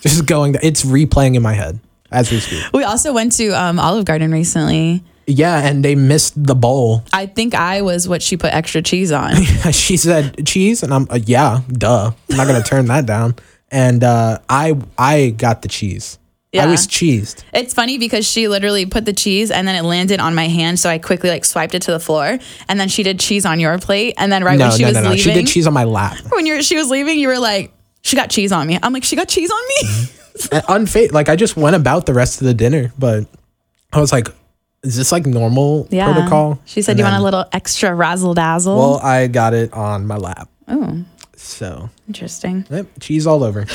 Speaker 2: Just going, it's replaying in my head as we speak.
Speaker 1: We also went to um, Olive Garden recently.
Speaker 2: Yeah. And they missed the bowl.
Speaker 1: I think I was what she put extra cheese on.
Speaker 2: she said cheese. And I'm, uh, yeah, duh. I'm not going to turn that down. And uh, I, I got the cheese. I
Speaker 1: Yeah.
Speaker 2: was cheesed.
Speaker 1: It's funny because she literally put the cheese and then it landed on my hand, so I quickly like swiped it to the floor, and then she did cheese on your plate, and then right
Speaker 2: No,
Speaker 1: when she
Speaker 2: no,
Speaker 1: was
Speaker 2: no, no. She
Speaker 1: leaving,
Speaker 2: did cheese on my lap.
Speaker 1: when you're, she was leaving, you were like, "She got cheese on me." I'm like, "She got cheese on me."
Speaker 2: unfaith. Like I just went about the rest of the dinner, but I was like, is this like normal protocol?
Speaker 1: She said,
Speaker 2: And
Speaker 1: "You want
Speaker 2: then-
Speaker 1: a little extra razzle dazzle?"
Speaker 2: Well, I got it on my lap.
Speaker 1: oh,
Speaker 2: So
Speaker 1: interesting.
Speaker 2: yep, cheese all over.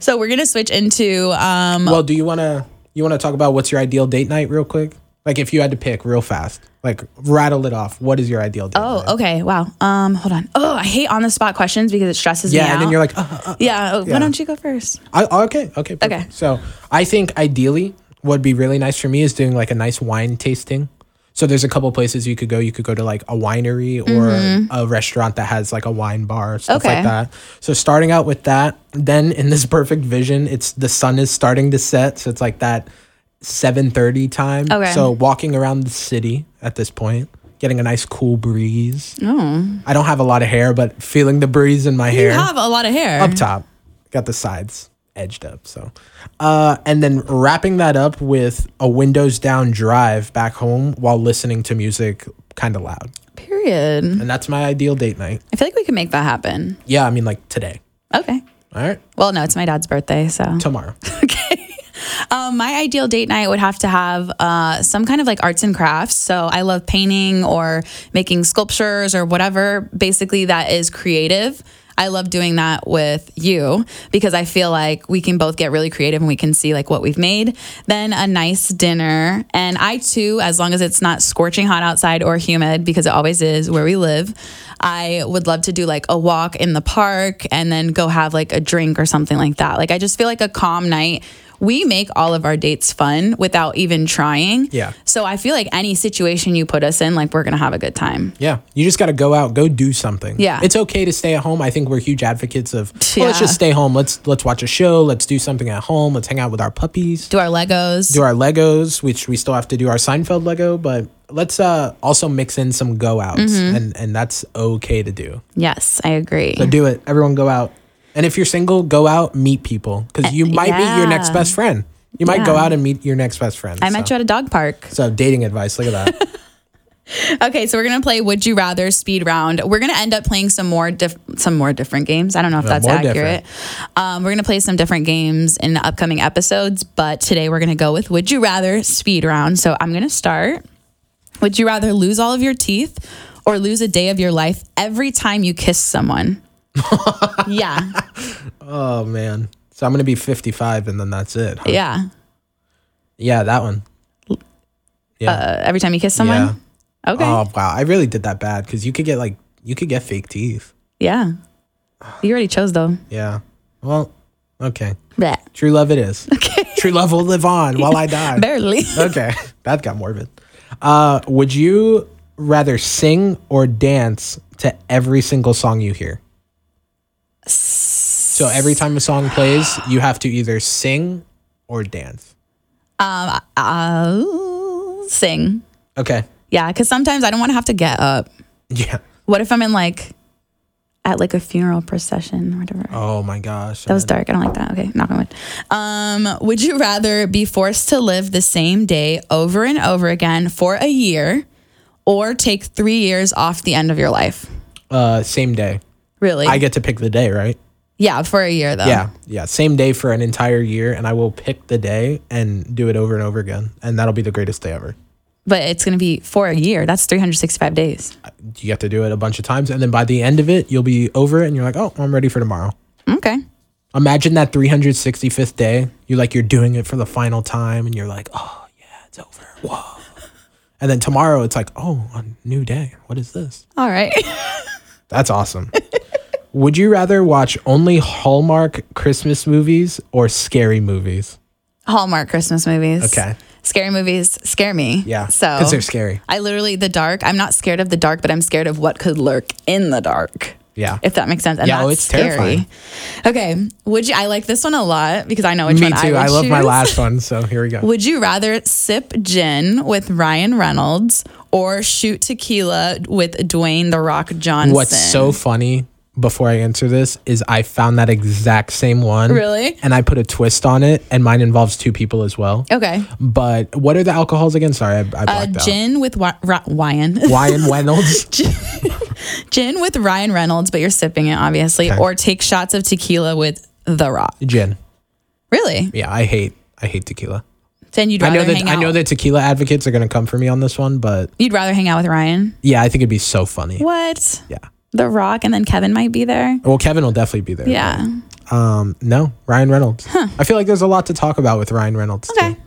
Speaker 1: So we're gonna switch into um,
Speaker 2: well, do you wanna you wanna talk about what's your ideal date night real quick? Like if you had to pick real fast, like rattle it off. What is your ideal date night?
Speaker 1: oh, okay, wow. Um, hold on. Oh, I hate on the spot questions because it stresses
Speaker 2: Yeah,
Speaker 1: me out.
Speaker 2: and then you're like, uh, uh, uh.
Speaker 1: yeah, oh,
Speaker 2: Yeah.
Speaker 1: why don't you go first?
Speaker 2: I, okay, okay, perfect.
Speaker 1: Okay.
Speaker 2: So I think ideally, what'd be really nice for me is doing like a nice wine tasting. So there's a couple places you could go. You could go to like a winery or a restaurant that has like a wine bar, stuff
Speaker 1: Mm-hmm. Okay.
Speaker 2: like that. So starting out with that, then in this perfect vision, it's the sun is starting to set, so it's like that 7:30 time.
Speaker 1: Okay.
Speaker 2: So walking around the city at this point, getting a nice cool breeze. I don't have a lot of hair, but feeling the breeze in my hair
Speaker 1: Oh. You have a lot of hair.
Speaker 2: up top. Got the sides edged up. So, uh, and then wrapping that up with a windows down drive back home while listening to music kind of loud.
Speaker 1: Period.
Speaker 2: And that's my ideal date night.
Speaker 1: I feel like we can make that happen.
Speaker 2: Yeah, I mean, like today.
Speaker 1: Okay.
Speaker 2: All right,
Speaker 1: Well, no, it's my dad's birthday, so.
Speaker 2: tomorrow.
Speaker 1: Um, my ideal date night would have to have uh, some kind of like arts and crafts. So I love painting or making sculptures or whatever, basically, that is creative. I love doing that with you because I feel like we can both get really creative and we can see like what we've made. Then a nice dinner. And I too, as long as it's not scorching hot outside or humid, because it always is where we live, I would love to do like a walk in the park and then go have like a drink or something like that. Like I just feel like a calm night we make all of our dates fun without even trying.
Speaker 2: Yeah.
Speaker 1: So I feel like any situation you put us in, like we're gonna have a good time.
Speaker 2: Yeah, you just got to go out, go do something.
Speaker 1: Yeah.
Speaker 2: it's okay to stay at home. I think we're huge advocates of well, let's
Speaker 1: Yeah.
Speaker 2: just stay home. Let's let's watch a show. Let's do something at home. Let's hang out with our puppies.
Speaker 1: Do our Legos.
Speaker 2: do our Legos, which we still have to do our Seinfeld Lego, but let's uh also mix in some go outs
Speaker 1: Mm-hmm.
Speaker 2: and and that's okay to do.
Speaker 1: yes, I agree.
Speaker 2: So do it. Everyone go out. And if you're single, go out, meet people cuz you might meet your next
Speaker 1: Eh, yeah.
Speaker 2: best friend. You might go
Speaker 1: Yeah.
Speaker 2: out and meet your next best friend.
Speaker 1: I met you
Speaker 2: so.
Speaker 1: at a dog park.
Speaker 2: So dating advice, look at that.
Speaker 1: Okay, so we're gonna play Would You Rather speed round. We're gonna end up playing some more diff- some more different games. I don't know if that's
Speaker 2: more
Speaker 1: accurate. Um, we're gonna play some different games in the upcoming episodes, but today we're gonna go with Would You Rather speed round. So I'm gonna start. Would you rather lose all of your teeth or lose a day of your life every time you kiss someone? yeah,
Speaker 2: oh man. So I'm going to be 55 and then that's it. huh?
Speaker 1: yeah.
Speaker 2: Yeah, that one. Yeah.
Speaker 1: Uh, every time you kiss
Speaker 2: yeah.
Speaker 1: someone. Okay.
Speaker 2: Oh wow. I really did that bad cuz you could get like you could get fake teeth.
Speaker 1: Yeah. You already chose though.
Speaker 2: Yeah. Well, okay.
Speaker 1: Blech.
Speaker 2: True love it is. Okay. True love will live on while I die.
Speaker 1: Barely.
Speaker 2: okay. That got morbid. Uh, would you rather sing or dance to every single song you hear? So every time a song plays, you have to either sing or dance.
Speaker 1: Um, I'll sing.
Speaker 2: Okay.
Speaker 1: Yeah, because sometimes I don't want to have to get up.
Speaker 2: Yeah.
Speaker 1: What if I'm in like at like a funeral procession or whatever?
Speaker 2: Oh my gosh.
Speaker 1: That was dark. I don't like that. Okay, knock on wood. Um, would you rather be forced to live the same day over and over again for a year, or take three years off the end of your life?
Speaker 2: Uh, same day.
Speaker 1: Really?
Speaker 2: I get to pick the day, right?
Speaker 1: yeah, for a year though.
Speaker 2: Yeah. Yeah. Same day for an entire year, and I will pick the day and do it over and over again, and that'll be the greatest day ever.
Speaker 1: But it's gonna be for a year. That's 365 days.
Speaker 2: You get to do it a bunch of times, and then by the end of it, you'll be over it, and you're like, oh, I'm ready for tomorrow.
Speaker 1: Okay.
Speaker 2: Imagine that 365th day. You like you're doing it for the final time, and you're like, oh yeah, it's over. Whoa. And then tomorrow, it's like, oh, a new day. What is this?
Speaker 1: All right.
Speaker 2: That's awesome. Would you rather watch only Hallmark Christmas movies or scary movies?
Speaker 1: Hallmark Christmas movies.
Speaker 2: Okay.
Speaker 1: Scary movies scare me.
Speaker 2: Yeah.
Speaker 1: So
Speaker 2: Because they're scary.
Speaker 1: I literally the dark. I'm not scared of the dark, but I'm scared of what could lurk in the dark.
Speaker 2: Yeah.
Speaker 1: If that makes sense. And
Speaker 2: Yeah, oh,
Speaker 1: that's
Speaker 2: it's
Speaker 1: scary.
Speaker 2: terrifying.
Speaker 1: Okay. Would you I like this one a lot because I know which
Speaker 2: Me
Speaker 1: one I
Speaker 2: too.
Speaker 1: would
Speaker 2: I, love my
Speaker 1: choose.
Speaker 2: last one. So here we go.
Speaker 1: Would you rather sip gin with Ryan Reynolds or shoot tequila with Dwayne the Rock Johnson?
Speaker 2: What's so funny before I answer this is I found that exact same one.
Speaker 1: Really?
Speaker 2: And I put a twist on it, and mine involves two people as well.
Speaker 1: Okay.
Speaker 2: But what are the alcohols again? Sorry, I, I blacked
Speaker 1: A
Speaker 2: out.
Speaker 1: Uh, gin with Wy- Ra- Ryan.
Speaker 2: Ryan Reynolds.
Speaker 1: gin with Ryan Reynolds, but you're sipping it obviously,
Speaker 2: Okay.
Speaker 1: or take shots of tequila with The Rock.
Speaker 2: Gin.
Speaker 1: Really?
Speaker 2: Yeah, I hate. I hate tequila.
Speaker 1: Then you'd
Speaker 2: I
Speaker 1: rather
Speaker 2: know that
Speaker 1: hang
Speaker 2: I
Speaker 1: out.
Speaker 2: know that tequila advocates are going to come for me on this one, but
Speaker 1: you'd rather hang out with Ryan.
Speaker 2: yeah, I think it'd be so funny.
Speaker 1: What?
Speaker 2: Yeah.
Speaker 1: The Rock, and then Kevin might be there.
Speaker 2: Well, Kevin will definitely be there.
Speaker 1: Yeah.
Speaker 2: Um, no, Ryan Reynolds. I feel like there's a lot to talk about with Ryan Reynolds.
Speaker 1: Okay.
Speaker 2: Too.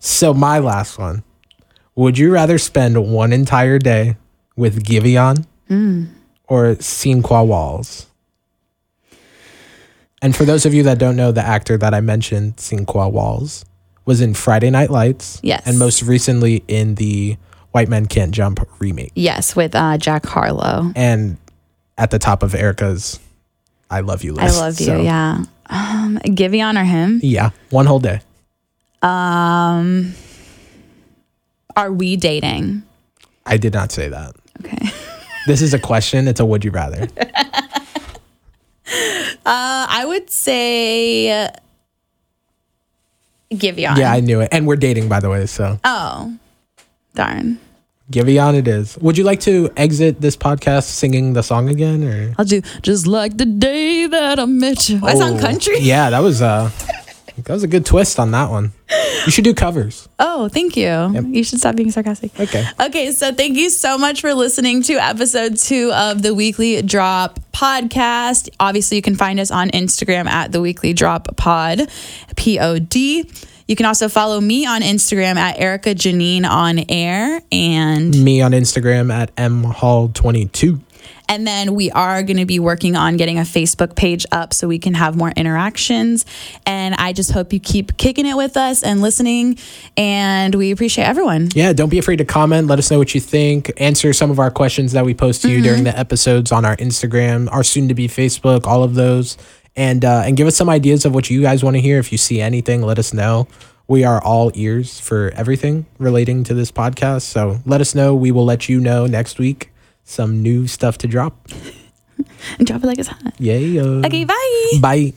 Speaker 2: So my last one. Would you rather spend one entire day with Giveon
Speaker 1: Hmm.
Speaker 2: or Cinqua Walls? And for those of you that don't know, the actor that I mentioned, Cinqua Walls, was in Friday Night Lights.
Speaker 1: Yes.
Speaker 2: And most recently in the White Men Can't Jump remake.
Speaker 1: Yes, with uh, Jack Harlow.
Speaker 2: And at the top of Erica's I Love You
Speaker 1: I
Speaker 2: list.
Speaker 1: love you.
Speaker 2: So,
Speaker 1: Yeah. Um, Giveon or him?
Speaker 2: Yeah. One whole day.
Speaker 1: Um, are we dating?
Speaker 2: I did not say that.
Speaker 1: Okay.
Speaker 2: This is a question. It's a would you rather.
Speaker 1: Uh, I would say uh, Giveon.
Speaker 2: yeah, I knew it. And we're dating, by the way. So
Speaker 1: oh, darn.
Speaker 2: Giveon it is. Would you like to exit this podcast singing the song again? Or
Speaker 1: I'll do just like the day that I met you. I sound
Speaker 2: Oh,
Speaker 1: country.
Speaker 2: Yeah, that was uh that was a good twist on that one. You should do covers.
Speaker 1: Oh, thank you. You should stop being sarcastic.
Speaker 2: Okay.
Speaker 1: Okay, so thank you so much for listening to episode two of the Weekly Drop podcast. Obviously, you can find us on Instagram at the Weekly Drop Pod, P O D. You can also follow me on Instagram at Erica Janine on air. And
Speaker 2: Me on Instagram at mhall22.
Speaker 1: And then we are going to be working on getting a Facebook page up so we can have more interactions. And I just hope you keep kicking it with us and listening. And we appreciate everyone.
Speaker 2: Yeah, don't be afraid to comment. Let us know what you think. Answer some of our questions that we post to you during the episodes on our Instagram, our soon to be Facebook, all of those. And uh, and give us some ideas of what you guys want to hear. If you see anything, let us know. We are all ears for everything relating to this podcast. So let us know. We will let you know next week some new stuff to drop.
Speaker 1: And drop it like it's hot.
Speaker 2: Yay. uh,
Speaker 1: Okay, bye.
Speaker 2: Bye.